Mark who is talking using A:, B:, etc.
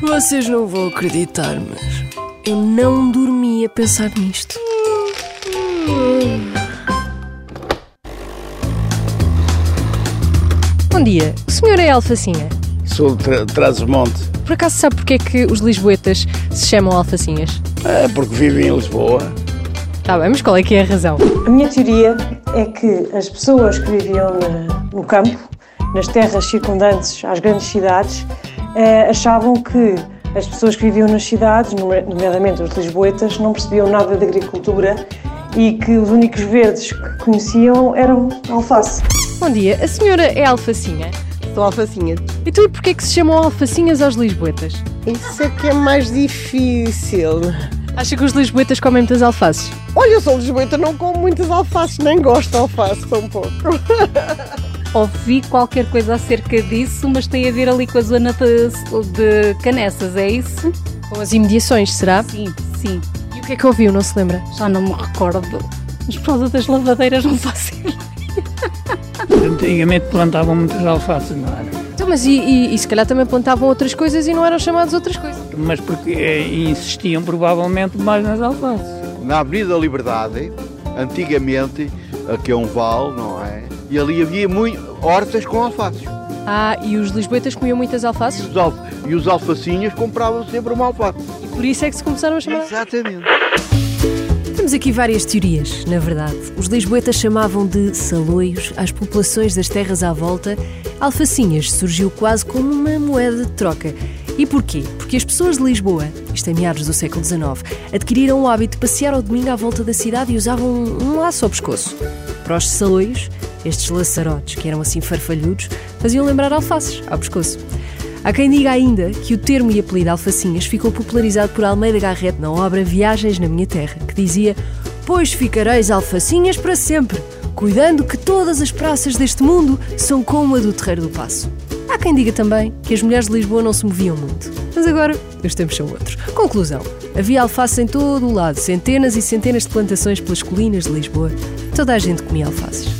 A: Vocês não vão acreditar, mas eu não dormi a pensar nisto.
B: Bom dia, o senhor é Alfacinha.
C: Sou de Tra- Trás-os-Montes.
B: Por acaso sabe porque é que os lisboetas se chamam alfacinhas?
C: É porque vivo em Lisboa.
B: Tá bem, mas qual é que é a razão?
D: A minha teoria é que as pessoas que viviam na- no campo, nas terras circundantes às grandes cidades, eh, achavam que as pessoas que viviam nas cidades, nome- nomeadamente os lisboetas, não percebiam nada de agricultura e que os únicos verdes que conheciam eram alface.
B: Bom dia, a senhora é alfacinha.
E: Sou alfacinha.
B: Então e porquê é que se chamam alfacinhas aos lisboetas?
E: Isso é que é mais difícil.
B: Acha que os lisboetas comem muitas alfaces?
E: Olha, eu sou lisboeta, não como muitas alfaces, nem gosto de alface, tão pouco.
F: Ouvi qualquer coisa acerca disso, mas tem a ver ali com a zona de, de Canessas, é isso?
B: Com as imediações, será?
F: Sim, sim.
B: E o que é que ouviu, não se lembra?
F: Já não me recordo. Mas por causa das lavadeiras não faço ideia.
G: Antigamente plantavam muitas alfaces, não era?
B: Então, mas e, e- e se calhar também plantavam outras coisas e não eram chamados outras coisas?
G: Mas porque eh, insistiam provavelmente mais nas alfaces.
H: na Avenida Liberdade, antigamente, aqui é um vale, não é? E ali havia muito, hortas com alfaces.
B: Ah, e os lisboetas comiam muitas
H: E
B: alfaces?
H: os, al- e os alfacinhas compravam sempre uma alface.
B: E por isso é que se começaram a chamar...
H: Exatamente.
I: Temos aqui várias teorias, na verdade. Os lisboetas chamavam de saloios às populações das terras à volta. Alfacinhas surgiu quase como uma moeda de troca. E porquê? Porque as pessoas de Lisboa, isto em meados do século XIX, adquiriram o hábito de passear ao domingo à volta da cidade e usavam um laço ao pescoço. Para os saloios, estes laçarotes, que eram assim farfalhudos, faziam lembrar alfaces ao pescoço. Há quem diga ainda que o termo e apelido alfacinhas ficou popularizado por Almeida Garrett na obra Viagens na Minha Terra, que dizia: Pois ficareis alfacinhas para sempre, cuidando que todas as praças deste mundo são como a do Terreiro do Passo. Há quem diga também que as mulheres de Lisboa não se moviam muito. Mas agora, os tempos são outros. Conclusão: havia alface em todo o lado, centenas e centenas de plantações pelas colinas de Lisboa. Toda a gente comia alfaces.